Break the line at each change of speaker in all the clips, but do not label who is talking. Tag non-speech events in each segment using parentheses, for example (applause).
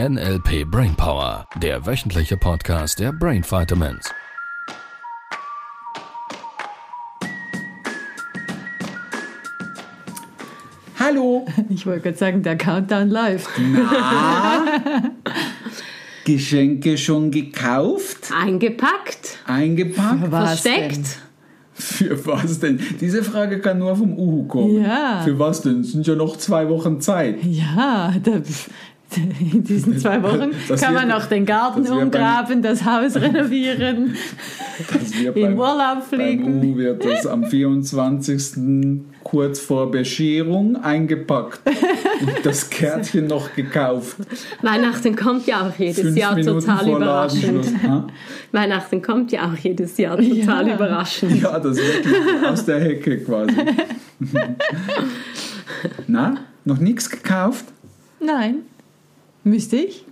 NLP Brainpower, der wöchentliche Podcast der Brain Vitamins.
Hallo!
Ich wollte gerade sagen, der Countdown live.
Hm. Geschenke schon gekauft?
Eingepackt,
Eingepackt?
Was
versteckt.
(laughs) Für was denn? Diese Frage kann nur vom Uhu kommen.
Ja.
Für was denn? Es sind ja noch zwei Wochen Zeit.
Ja, da, (laughs) in diesen zwei Wochen
Das
kann man
wird-
noch den Garten
das wird beim-
umgraben,
(laughs)
das Haus renovieren,
Das (laughs) wir
in Urlaub
beim
fliegen.
Uhu wird das am 24. kurz vor Bescherung eingepackt. Und das Kärtchen noch (laughs) gekauft.
Weihnachten kommt ja auch jedes
Fünf
Jahr
Minuten
total
vor
überraschend.
Ladenschluss. Ha?
Weihnachten kommt ja auch jedes Jahr total
Ja.
überraschend.
Ja, das ist wirklich aus der Hecke (laughs) quasi. Na, noch nichts gekauft?
Nein, müsste ich?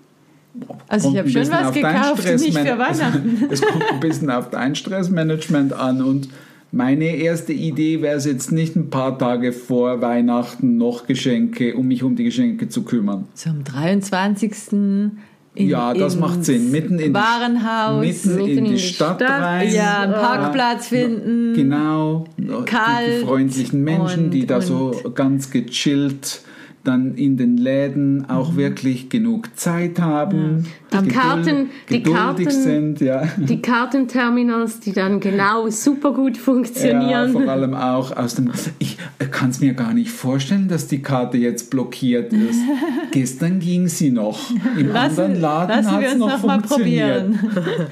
Also ich
Kommt
habe
ein
schon
bisschen
was
auf dein
gekauft, nicht
Stressman- (laughs)
für Weihnachten.
Es kommt ein bisschen auf dein Stressmanagement an und meine erste Idee wäre es jetzt nicht ein paar Tage vor Weihnachten noch Geschenke, um mich um die Geschenke zu kümmern.
Zum 23. In,
ja, das
ins
macht Sinn. Mitten in, die-
Warenhaus.
mitten in, die Stadt, rein.
ja, einen Parkplatz finden.
Genau. die,
Kalt
die freundlichen Menschen, die
und-
da so
und-
ganz gechillt dann in den Läden
Mhm.
auch wirklich genug Zeit haben.
Die Karten- die
geduldig
Karten-
sind, ja.
Die Kartenterminals, die dann genau super gut
Ja,
funktionieren.
vor allem auch aus dem. Ich kann es mir gar nicht vorstellen, dass die Karte jetzt blockiert
(laughs)
ist. Gestern ging sie noch. Im anderen Laden
lassen
hat
wir
es
uns
noch,
noch mal
funktioniert.
probieren.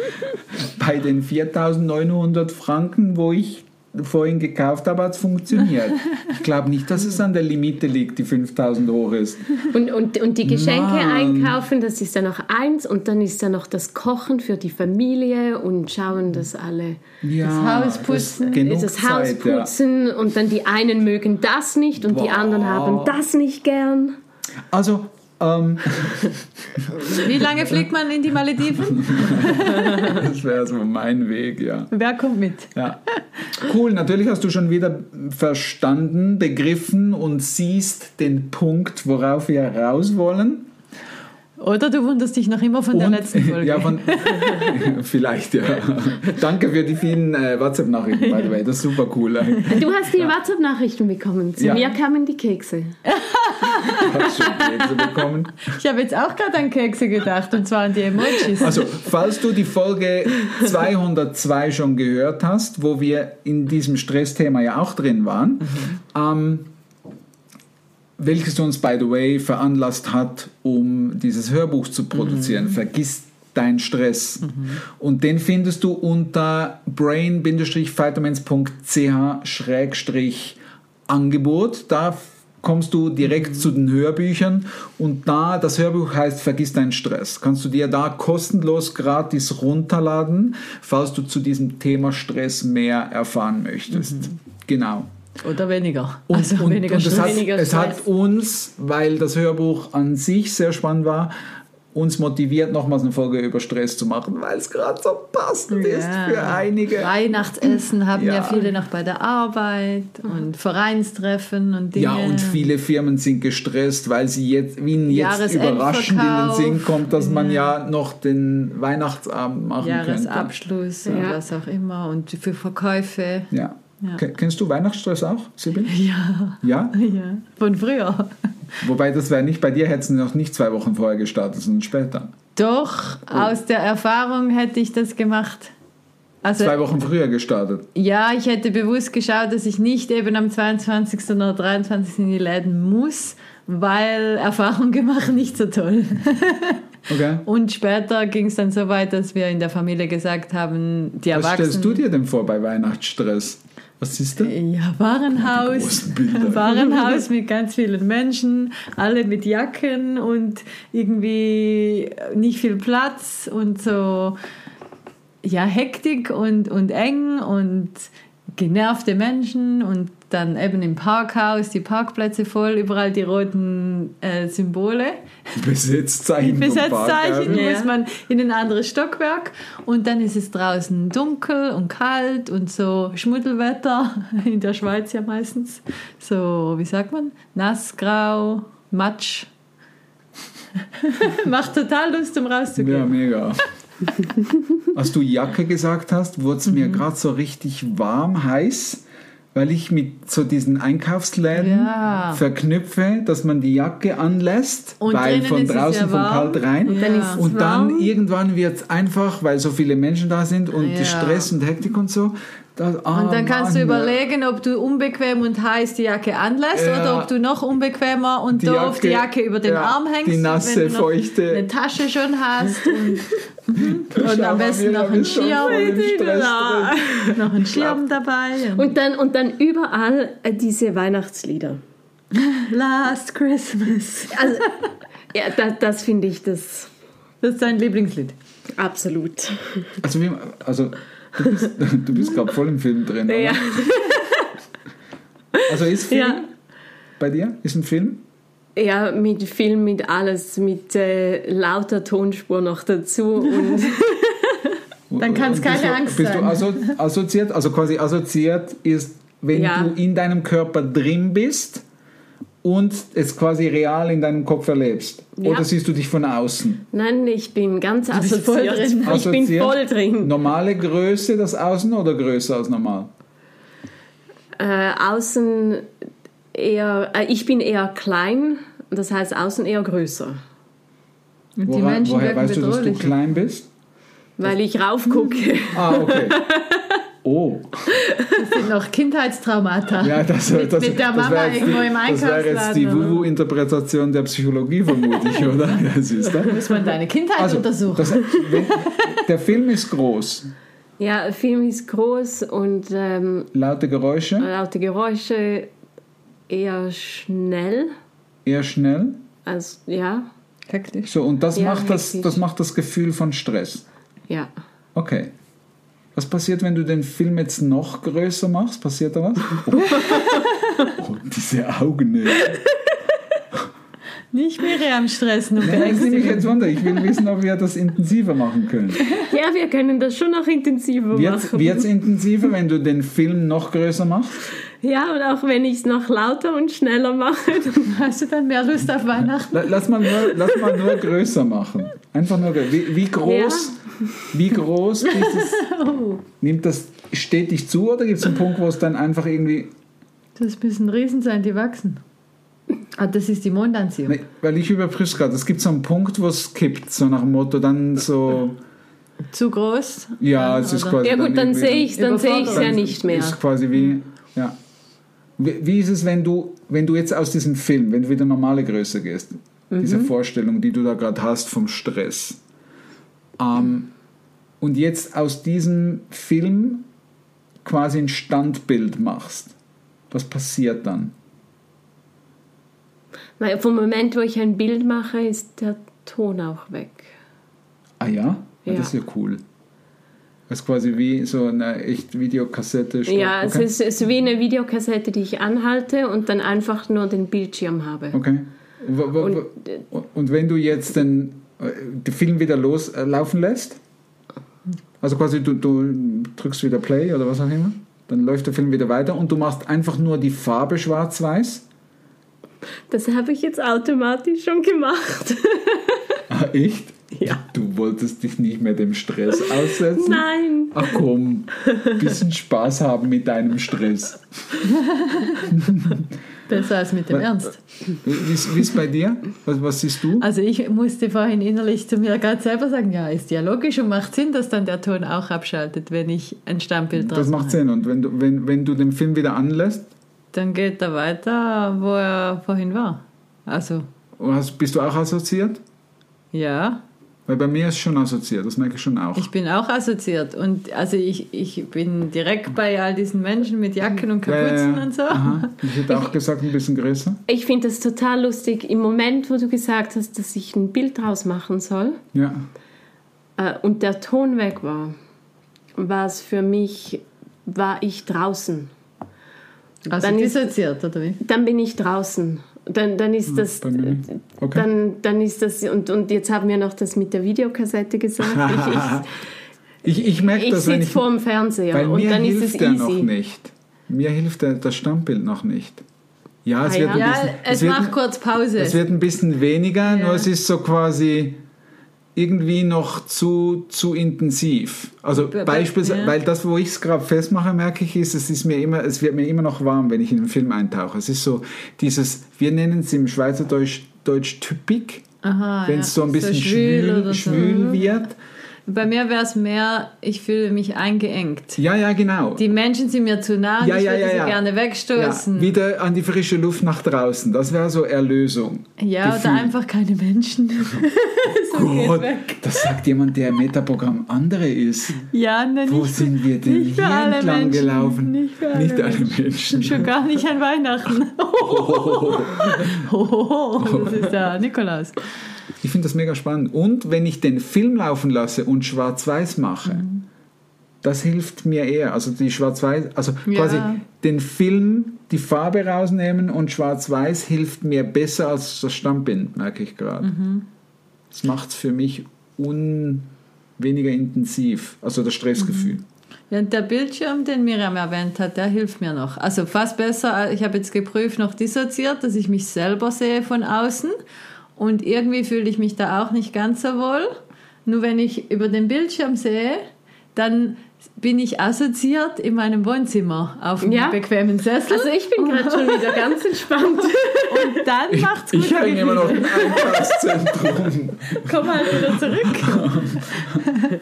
Bei den 4.900 Franken, wo ich vorhin gekauft habe, hat es
(laughs)
funktioniert. Ich glaube nicht, dass es an der Limite liegt, die 5.000 hoch ist.
Und, und, und die Geschenke
Mann.
einkaufen, das ist dann noch eins. Und dann ist dann noch das Kochen für die Familie und schauen, dass alle
Ja,
Haus putzen,
genug
das Haus
Zeit, ja.
putzen. Und dann die einen mögen das nicht und die
Boah.
anderen haben das nicht gern.
Also, ähm, (laughs)
Wie lange fliegt man in die
(laughs)
Malediven?
das wäre so mein Weg, ja.
Wer kommt mit?
Ja. Cool, natürlich hast du schon wieder verstanden, begriffen und siehst den Punkt, worauf wir raus wollen.
Oder du wunderst dich noch immer von der
und,
letzten Folge.
Ja,
(laughs)
von, vielleicht, ja. Danke für die vielen äh, WhatsApp-Nachrichten, by the way. Das ist super cool. äh,
Du hast die WhatsApp-Nachrichten bekommen. Zu
Ja.
mir kamen die Kekse.
Ich habe schon Kekse bekommen.
Ich habe jetzt auch gerade an Kekse gedacht und zwar an die Emojis.
Also, falls du die Folge 202 schon gehört hast, wo wir in diesem Stressthema ja auch drin waren,
Mhm.
ähm, welches uns, by the way, veranlasst hat, um dieses Hörbuch zu produzieren, Vergiss dein Stress. Und den findest du unter brain-vitamins.ch-angebot. Da f- kommst du direkt zu den Hörbüchern und da das Hörbuch heißt Vergiss deinen Stress. Kannst du dir da kostenlos gratis runterladen, falls du zu diesem Thema Stress mehr erfahren möchtest. Genau.
Oder weniger.
Und,
also
und,
weniger
und es, hat,
Stress.
es hat uns, weil das Hörbuch an sich sehr spannend war, uns motiviert, nochmals eine Folge über Stress zu machen, weil es gerade so passend ist
Ja.
für einige.
Weihnachtsessen haben ja.
Ja.
viele noch bei der Arbeit und Vereinstreffen und Dinge.
Ja, und viele Firmen sind gestresst, weil sie jetzt, ihnen jetzt
Jahresendverkauf.
überraschend in den Sinn kommt, dass man ja noch den Weihnachtsabend machen könnte.
Jahresabschluss und
Ja.
was auch immer und für Verkäufe.
Ja.
Ja.
Ke- Kennst du Weihnachtsstress auch, Sibyl?
Ja,
Ja?
ja. Von früher.
Wobei das wäre nicht bei dir, hätten sie noch nicht zwei Wochen vorher gestartet, sondern später.
Doch,
Oh.
aus der Erfahrung hätte ich das gemacht. Also
Zwei Wochen früher gestartet.
Ja, ich hätte bewusst geschaut, dass ich nicht eben am 22. oder 23. in die Läden muss, weil Erfahrung gemacht nicht so toll.
Okay.
Und später ging es dann so weit, dass wir in der Familie gesagt haben, die
Was stellst du
Erwachsenen...
dir denn vor bei Weihnachtsstress? Was ist denn?
Ja, Warenhaus,
großen Bilder. (laughs)
(laughs) Warenhaus mit ganz vielen Menschen, alle mit Jacken und irgendwie nicht viel Platz und so, ja, Hektik und, und eng und genervte Menschen und dann eben im Parkhaus die Parkplätze voll, überall die roten äh, Symbole.
Besitzzeichen. vom
Besetzzeichen
Parkhaus.
Ja.
muss man in ein anderes Stockwerk und dann ist es draußen dunkel und kalt und so Schmuddelwetter, (laughs) in der Schweiz ja meistens. So, wie sagt man? Nassgrau, Matsch. (laughs) Macht total Lust, um
Ja,
rauszugehen. (laughs)
mega. Als du Jacke gesagt hast, wurde es mir
Mhm.
gerade so richtig warm, heiß, weil ich mit so diesen Einkaufsläden
Ja.
verknüpfe, dass man die Jacke anlässt,
Und
weil
drinnen
von
ist es
draußen
ja
vom
warm.
Kalt rein.
Und dann
Ja.
ist es
Und
warm.
dann irgendwann wird es einfach, weil so viele Menschen da sind und
Ja.
die Stress und Hektik und so. ah, Das,
Und dann kannst du überlegen, ob du unbequem und heiß die Jacke anlässt
Ja.
oder ob du noch unbequemer und
Die
doof die
Jacke-
Jacke über den
ja,
Arm hängst.
die
und
nasse,
wenn du noch
feuchte-
Eine Tasche schon hast und, mhm. und am besten noch einen Schirm.
Schirm.
(laughs) Noch einen Schirm dabei.
Und dann, und dann überall äh, diese Weihnachtslieder.
Last Christmas.
Also, ja, das, das finde ich das
Das ist dein Lieblingslied.
absolut.
Also, wie, also du bist, (laughs) du bist gerade voll im Film drin. Oder?
Ja.
Also ist Film
Ja.
bei dir? Ist ein Film?
Ja, mit Film, mit alles, mit äh, lauter Tonspur noch dazu.
(laughs)
Und (laughs)
Dann kann's
Und
keine
bist du,
Angst
bist
sein.
Bist du asso- assoziiert? Also quasi assoziiert ist, wenn
Ja.
du in deinem Körper drin bist und es quasi real in deinem Kopf erlebst.
Ja.
Oder siehst du dich von außen?
nein, ich bin ganz
bist voll
assoziiert.
drin.
Ich bin
Assoziiert?
voll drin.
Normale Größe, das Außen oder größer als normal?
Äh, außen eher, äh, ich bin eher klein, das heißt außen eher größer,
Und die
Woran-
Menschen
woher
wirken
weißt du, dass du
bedrohlich.
klein bist?
weil ich raufgucke.
Mhm.
Ah,
(laughs)
okay. Oh,
Das sind noch Kindheitstraumata.
ja, das,
Mit-
das,
mit der
das
Mama
wär jetzt
irgendwo
die-
im
Das wäre jetzt die
Einkaufsladen, oder?
Wuhu-Interpretation der Psychologie vermutlich, (laughs) oder? Ja, siehst du?
Muss man deine Kindheit
Also,
untersuchen.
das, wenn, der Film ist groß.
(laughs) Ja, Film ist groß und ähm,
Laute Geräusche,
laute Geräusche eher schnell.
eher schnell.
Also, ja,
Hektisch.
So, und das,
Ja,
macht das,
hektisch.
das macht das Gefühl von Stress.
ja.
Okay. Was passiert, wenn du den Film jetzt noch größer machst? Passiert da was? Oh, oh diese Augen. ey.
Nicht Miriam stressen und
Nein, das nehme ich
beängstigen.
jetzt wunder. Ich will wissen, ob wir das intensiver machen können.
Ja, wir können das schon noch intensiver
Wird's,
machen.
wird's intensiver, wenn du den Film noch größer machst?
Ja, und auch wenn ich es noch lauter und schneller mache.
Hast du dann mehr Lust auf Weihnachten?
La- Lass mal nur, lass mal nur größer machen. Einfach nur grö- wie, wie groß, wie groß ist es? Nimmt das stetig zu oder gibt es einen Punkt, wo es dann einfach irgendwie.
Das müssen Riesen sein, die wachsen. Ah, das ist die Mondanziehung.
Nee, ne, weil ich überprüfe gerade, es gibt so einen Punkt, wo es kippt, so nach dem Motto, dann so.
Zu groß?
Ja, es ist
oder-
quasi.
Ja gut, dann
irgendwie-
sehe ich dann sehe ich
Überforderung.
ja nicht mehr.
Ist quasi wie. Ja. Wie, wie ist es, wenn du, wenn du jetzt aus diesem Film, wenn du wieder normale Größe gehst, diese
Mhm.
Vorstellung, die du da gerade hast vom Stress, ähm, und jetzt aus diesem Film quasi ein Standbild machst, was passiert dann?
Weil vom Moment, wo ich ein Bild mache, ist der Ton auch weg.
Ah ja? ja.
Ja.
Das ist ja cool. Das ist quasi wie so eine echt Videokassette.
Ja,
okay.
es, ist, es ist wie eine Videokassette, die ich anhalte und dann einfach nur den Bildschirm habe.
Okay. W- w- w- Und, wenn du jetzt den, äh, den Film wieder loslaufen lässt, also quasi du, du drückst wieder Play oder was auch immer, dann läuft der Film wieder weiter und du machst einfach nur die Farbe schwarz-weiß.
Das habe ich jetzt automatisch schon gemacht.
(laughs) Ah, echt?
Ja.
Du wolltest dich nicht mehr dem Stress aussetzen?
(laughs) Nein.
Ach komm, bisschen Spaß haben mit deinem Stress.
Besser als mit dem Ernst.
Wie ist wie ist bei dir? Was, was siehst
Äh,
du?
Also ich musste vorhin innerlich zu mir gerade selber sagen, ja, ist ja logisch und macht Sinn, dass dann der Ton auch abschaltet, wenn ich ein Stammbild draus
Das macht
mache.
Sinn. Und wenn du, wenn, wenn du den Film wieder anlässt,
Dann geht er weiter, wo er vorhin war. Also,
hast- bist du auch assoziiert?
ja,
Weil bei mir ist schon assoziiert, das merke ich schon auch.
ich bin auch assoziiert. Und also ich, ich bin direkt bei all diesen Menschen mit Jacken und
Ja, ja,
Kapuzen
ja.
und so.
Äh, Aha. Ich hätte auch gesagt, ein bisschen größer.
Ich finde das total lustig. Im Moment, wo du gesagt hast, dass ich ein Bild draus machen soll (laughs)
Ja.
äh, und der Ton weg war, war es für mich, war ich draußen.
Also
Dann ist-
dissoziiert, oder wie?
Dann bin ich draußen. Dann, dann ist das.
bei mir nicht. Okay.
Dann, dann ist das. Und, und jetzt haben wir noch das mit der Videokassette gesagt.
Ich, ich (laughs) merke
Ich, ich
das, wenn
sitze
ich.
vorm Fernseher
weil
und
mir
dann ist
hilft
es
der noch
easy.
nicht. Mir hilft der, das Stammbild noch nicht. Ja, es
Ah,
wird
ja.
ein
Ja,
bisschen.
es
wird,
macht kurz Pause.
es wird ein bisschen weniger,
Ja.
nur es ist so quasi irgendwie noch zu, zu intensiv. Also
Be- be-
beispielsweise,
ja.
weil das, wo ich es gerade festmache, merke ich, ist, es ist mir immer, es wird mir immer noch warm, wenn ich in einen Film eintauche. Es ist so dieses, wir nennen es im Schweizerdeutsch Deutsch typik,
Aha,
wenn
Ah, ja.
es so ein bisschen schwül, schwül,
oder so. Mhm.
wird.
Bei mir wäre es mehr, ich fühle mich eingeengt.
Ja, ja, genau.
Die Menschen sind mir zu nah, und
Ja,
ich
ja,
würde
ja,
sie
ja.
gerne
ja,
wegstoßen. Ja,
wieder an die frische Luft nach draußen. Das wäre so Erlösung.
oder
Gefühl.
einfach keine Menschen. (laughs)
Gott,
weg.
das sagt jemand, der im Metaprogramm andere ist.
Ja, nein,
Wo
nicht,
sind wir denn
nicht für
hier
alle
entlang
Menschen.
gelaufen?
Nicht für alle
Menschen.
Schon gar nicht an
(laughs)
Weihnachten. (laughs) Hohoho, das ist der Nikolaus.
Ich finde das mega spannend. Und wenn ich den Film laufen lasse und schwarz-weiß mache,
Mhm.
das hilft mir eher. Also die schwarz-weiß, also
Ja.
quasi den Film, die Farbe rausnehmen und schwarz-weiß hilft mir besser als das Stammbild, merke ich gerade.
Mhm.
Das macht es für mich un weniger intensiv, also das
Mhm.
Stressgefühl.
Ja, und der Bildschirm, den Miriam erwähnt hat, der hilft mir noch. Also fast besser, ich habe jetzt geprüft, noch dissoziiert, dass ich mich selber sehe von außen. Und irgendwie fühle ich mich da auch nicht ganz so wohl. Nur wenn ich über den Bildschirm sehe, dann bin ich assoziiert in meinem Wohnzimmer auf einem
Ja.
bequemen Sessel.
Also ich bin
(laughs)
gerade schon wieder ganz entspannt.
und dann macht's gut.
Ich hänge immer noch im Einkaufszentrum.
Komm halt wieder zurück.
(laughs)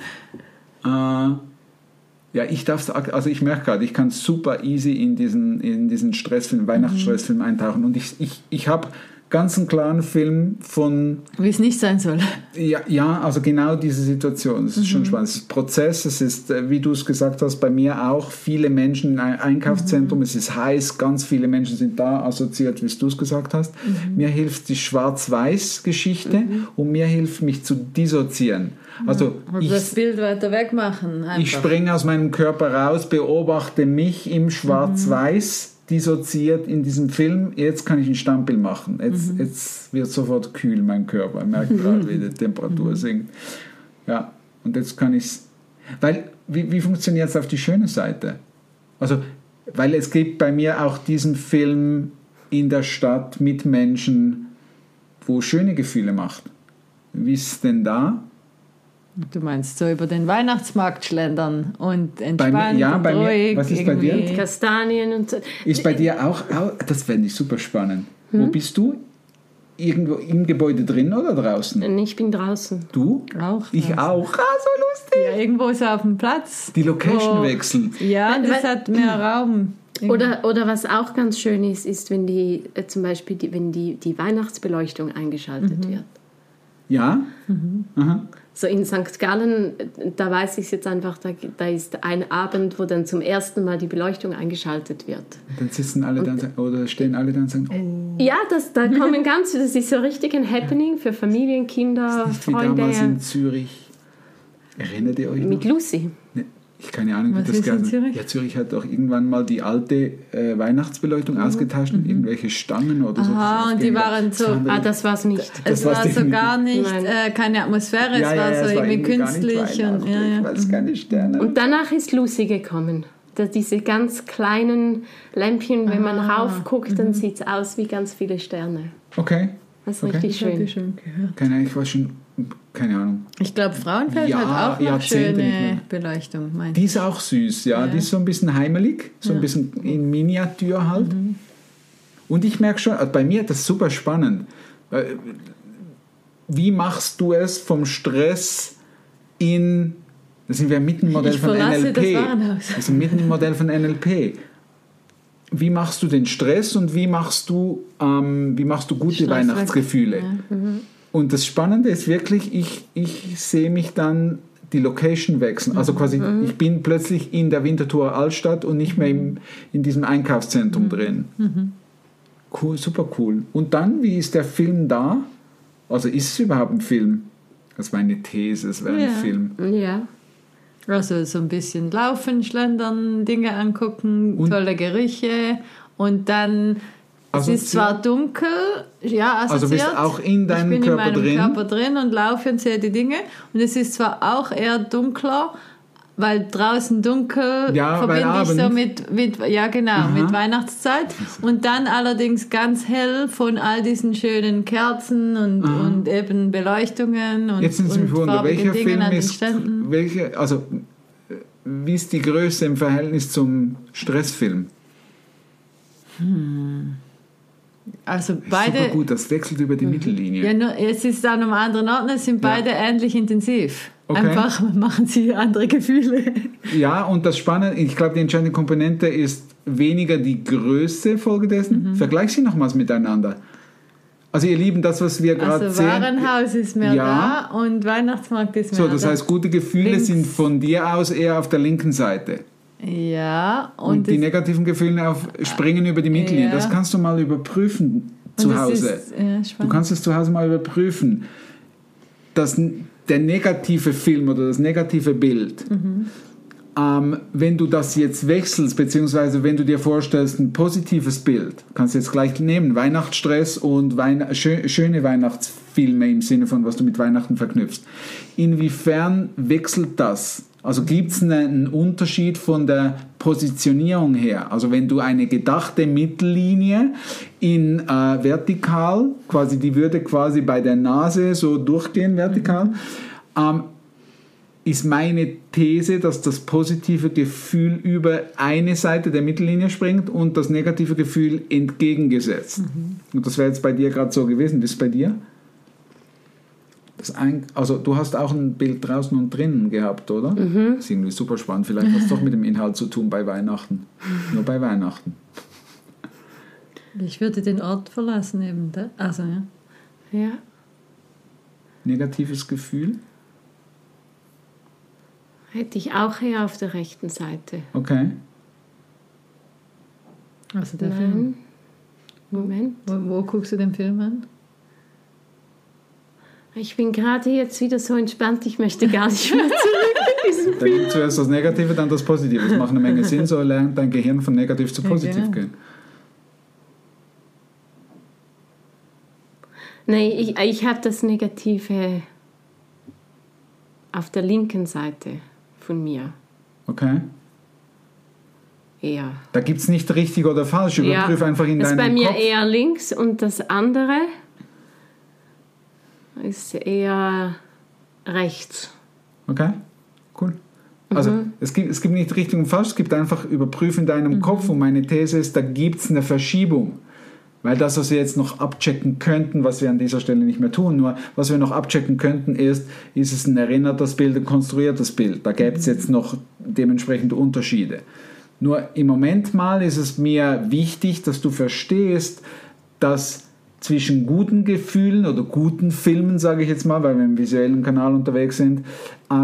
Äh, ja, ich darf also ich merke gerade, ich kann super easy in diesen, in diesen Stressfilm, Weihnachtsstressfilm eintauchen. Und ich, ich, ich habe ganz einen klaren Film von,
Wie es nicht sein soll.
ja, ja also genau diese Situation. Es ist schon spannend. Es ist Prozess, es ist, äh, wie du es gesagt hast, bei mir auch viele Menschen in einem Einkaufszentrum. Es ist heiß, ganz viele Menschen sind da assoziiert, wie du es gesagt hast. Mir hilft die Schwarz-Weiß-Geschichte und mir hilft, mich zu dissozieren. Also
Und
ich
das Bild weiter weg machen. Einfach.
ich springe aus meinem Körper raus, beobachte mich im Schwarz-Weiß, dissoziiert in diesem Film. Jetzt kann ich einen Stempel machen. Jetzt, jetzt wird sofort kühl mein Körper. Ich merke gerade, wie die Temperatur sinkt. Ja, und jetzt kann ich es. Weil, wie, wie funktioniert es auf die schöne Seite? Also, weil es gibt bei mir auch diesen Film in der Stadt mit Menschen, wo schöne Gefühle macht. Wie ist es denn da?
Du meinst so über den Weihnachtsmarkt schlendern und entspannt
ja,
und
bei mir-
ruhig.
was ist bei dir?
irgendwie.
Kastanien und so.
Ist bei dir auch, au- das fände ich super spannend. Wo
Hm?
bist du? Irgendwo im Gebäude drin oder draußen?
Ich bin draußen.
Du?
Äh, Auch
Ich
draußen.
auch. Ah, so lustig.
Ja, irgendwo so auf dem Platz.
Die Location
Wo-
wechselt.
Ja,
Weil-
das
weil-
hat
(clears throat)
mehr Raum.
Oder, oder was auch ganz schön ist, ist, wenn die äh, zum Beispiel die, wenn die, die Weihnachtsbeleuchtung eingeschaltet
Mhm.
wird.
Ja? Aha.
So in St. Gallen, äh, da weiß ich es jetzt einfach, da, da ist ein Abend, wo dann zum ersten Mal die Beleuchtung eingeschaltet wird.
Und dann sitzen alle da und sagen, oder stehen alle da und
Äh,
sagen, oh,
Ja, das, da kommen ganz, das ist so richtig ein Happening für Familien, Kinder,
nicht wie
Freunde. äh,
damals in Zürich. Erinnert ihr euch noch?
Mit Lucy.
Ne, Ich keine Ahnung,
Was
wie das
ist in
gerne.
Zürich?
Ja, Zürich hat auch irgendwann mal die alte äh, Weihnachtsbeleuchtung ausgetauscht und irgendwelche Stangen oder so.
Mhm. Aha,
das
und die
aufgehängt hat.
waren so-
haben wir-
Ah, das war's nicht.
war's
es war so
definitiv.
gar nicht,
Nein.
äh, keine Atmosphäre,
ja,
es
ja,
war
ja,
so
es war
irgendwie
gar nicht also
künstlich. Und, ja, Mhm.
weihnachtlich,
ja.
Weil es keine Sterne
Und danach ist Lucy gekommen. Da diese ganz kleinen Lämpchen, wenn man
Ah.
raufguckt, dann sieht es aus wie ganz viele Sterne.
Okay.
Das ist
Mhm. Okay.
richtig
Ich hab die
schön.
schon gehört.
Keine Ahnung, ich war schon. Keine Ahnung.
Ich glaube, Frauenfeld
Ja,
hat auch noch
Jahrzehnte nicht
schöne
mehr.
Beleuchtung. Mein.
Die ist auch süß, ja.
Ja.
Die ist so ein bisschen heimelig, so ein bisschen in Miniatur halt.
Mhm.
Und ich merke schon, also bei mir das ist super spannend. Äh, Wie machst du es vom Stress in. Da sind wir mitten im Modell
Ich
von
verlasse
NLP.
das Warenhaus.
Wir sind mitten im Modell von NLP. Wie machst du den Stress und wie machst du, ähm, wie machst du gute
Stress weg.
Weihnachtsgefühle?
Ja. mhm.
Und das Spannende ist wirklich, ich, ich sehe mich dann die Location wechseln. Also quasi,
Mhm.
ich bin plötzlich in der Winterthur Altstadt und nicht mehr im, in diesem Einkaufszentrum
Mhm.
drin. Cool, super cool. Und dann, wie ist der Film da? Also ist es überhaupt ein Film? Das war eine These, es wäre
Ja.
ein Film.
Ja.
Also so ein bisschen laufen, schlendern, Dinge angucken,
Und-
tolle Gerüche und dann es
Assoziiert?
ist zwar dunkel, ja, assoziiert.
Also bist auch in deinem
ich bin
Körper
in meinem
drin?
Körper drin und laufe und sehe die Dinge und es ist zwar auch eher dunkler, weil draußen dunkel
Ja, weil
verbinde ich so
Abend.
mit, mit ja genau, mit Weihnachtszeit und dann allerdings ganz hell von all diesen schönen Kerzen und, und eben Beleuchtungen und,
Jetzt sind Sie
und
mich wundern,
farbigen
welcher
Dingen
Film
an den
ist,
Ständen.
welche, also äh, wie ist die Größe im Verhältnis zum Stressfilm?
Also
Super
beide Mhm.
gut, das wechselt über die Mittellinie.
Ja, nur, es ist an einem anderen Ort, ne? es sind beide ähnlich intensiv.
Okay.
Einfach (laughs) machen sie andere Gefühle.
Ja, und das Spannende, ich glaube, die entscheidende Komponente ist weniger die Größe
Mhm.
folgedessen. Vergleich sie nochmals miteinander. Also ihr Lieben, das, was wir gerade
Also
sehen.
Warenhaus ist mehr
Ja.
da und Weihnachtsmarkt ist mehr
So, das
da.
heißt, gute Gefühle
Links.
sind von dir aus eher auf der linken Seite.
ja,
Und,
und,
die
es-
negativen Gefühle auf, springen über die Mittellinie.
Ja.
Das kannst du mal überprüfen
und
zu
es
Hause.
Ist, ja,
Du
spannend.
kannst es zu Hause mal überprüfen, dass n- der negative Film oder das negative Bild, ähm, wenn du das jetzt wechselst, beziehungsweise wenn du dir vorstellst, ein positives Bild, kannst du jetzt gleich nehmen, Weihnachtsstress und Weihn schö schöne Weihnachtsfilme im Sinne von, was du mit Weihnachten verknüpfst. Inwiefern wechselt das? Also gibt es einen Unterschied von der Positionierung her? Also wenn du eine gedachte Mittellinie in äh, vertikal, quasi die würde quasi bei der Nase so durchgehen vertikal, ähm, ist meine These, dass das positive Gefühl über eine Seite der Mittellinie springt und das negative Gefühl entgegengesetzt.
Mhm.
Und das wäre jetzt bei dir gerade so gewesen. Wie ist es bei dir? Das ein, also du hast auch ein Bild draußen und drinnen gehabt, oder?
Mhm.
Das ist irgendwie super spannend. Vielleicht hat es doch mit dem Inhalt zu tun bei Weihnachten. Nur bei Weihnachten.
Ich würde den Ort verlassen eben. Da. Also, ja.
Ja.
Negatives Gefühl.
Hätte ich auch eher auf der rechten Seite.
Okay.
Also der Film.
Nein. Moment.
Wo, wo guckst du den Film an?
Ich bin gerade jetzt wieder so entspannt, ich möchte gar nicht mehr
(laughs)
zurück in diesen
Dann nimmt zuerst das Negative, dann das Positive. Das macht eine Menge Sinn, so lernt dein Gehirn von negativ zu
Ja,
positiv
genau.
gehen.
Nein, ich, ich habe das Negative auf der linken Seite von mir
Okay?
eher.
Da gibt es nicht richtig oder falsch. Überprüf einfach in
das ist
deinem
bei mir eh
Kopf.
eher links und das andere ist eher rechts.
Okay, cool. Also
Mhm.
es, gibt, es gibt nicht richtig und falsch, es gibt einfach überprüfen in deinem Kopf und meine These ist, da gibt es eine Verschiebung. Weil das, was wir jetzt noch abchecken könnten, was wir an dieser Stelle nicht mehr tun, nur was wir noch abchecken könnten, ist, ist es ein erinnertes Bild, ein konstruiertes Bild. Da gäbe es jetzt noch dementsprechende Unterschiede. Nur im Moment mal ist es mir wichtig, dass du verstehst, dass zwischen guten Gefühlen oder guten Filmen, sage ich jetzt mal, weil wir im visuellen Kanal unterwegs sind,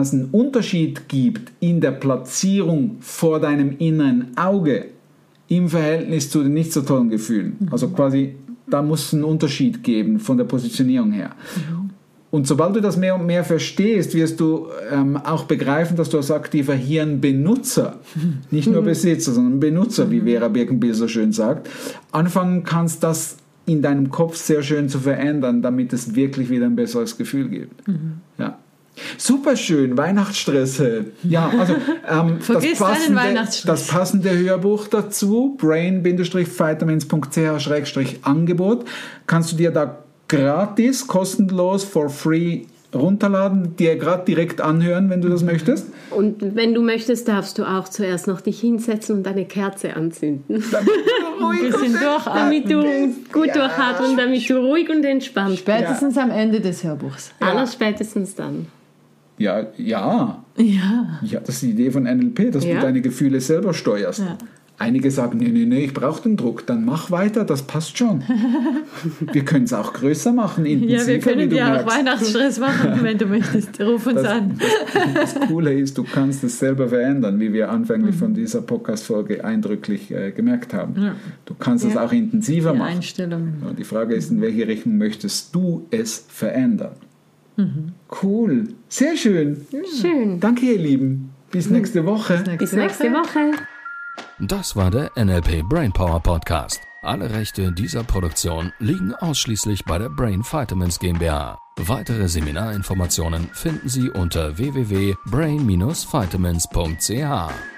es einen Unterschied gibt in der Platzierung vor deinem inneren Auge im Verhältnis zu den nicht so tollen Gefühlen.
Mhm.
Also quasi, da muss es einen Unterschied geben von der Positionierung her.
Mhm.
Und sobald du das mehr und mehr verstehst, wirst du ähm, auch begreifen, dass du als aktiver Hirn
(laughs)
Benutzer, nicht nur Besitzer, sondern Benutzer, wie Vera Birkenbill so schön sagt, anfangen kannst, das in deinem Kopf sehr schön zu verändern, damit es wirklich wieder ein besseres Gefühl gibt.
Mhm.
Ja. Super schön, Weihnachtsstresse. Ja, also ähm,
(laughs) Vergiss deinen Weihnachtsstress.
das passende Hörbuch dazu, brain-vitamins.ch-angebot, kannst du dir da gratis, kostenlos, for free runterladen, dir gerade direkt anhören, wenn du das möchtest.
Und wenn du möchtest, darfst du auch zuerst noch dich hinsetzen und eine Kerze (laughs) anzünden,
Ein bisschen durchatmen.
damit du gut durchatmen, und damit du ruhig und entspannt
Spätestens am Ende des Hörbuchs.
bist. Aller spätestens dann.
Ja, ja,
Ja.
ja, das ist die Idee von NLP, dass
Ja.
du deine Gefühle selber steuerst.
Ja.
Einige sagen, nee, nee, nee, ich brauche den Druck, dann mach weiter, das passt
(laughs)
schon. wir können es auch größer machen, intensiver,
Ja, wir
wie
können
du
dir auch
merkst.
Weihnachtsstress machen, wenn du möchtest. Ruf uns
Das-
an.
Das Coole ist, du kannst es selber verändern, wie wir anfänglich von dieser Podcast-Folge eindrücklich äh, gemerkt haben. Du kannst es
Mhm. Ja.
auch intensiver
Die
machen.
Einstellungen.
Und die Frage ist, in welche Richtung möchtest du es verändern?
Mhm.
Cool, sehr schön.
Hm. Schön.
Danke, ihr Lieben. Bis nächste Woche.
Bis nächste Woche.
Das war der NLP Brainpower Podcast. Alle Rechte dieser Produktion liegen ausschließlich bei der Brain Vitamins GmbH. Weitere Seminarinformationen finden Sie unter www.brain-vitamins.ch.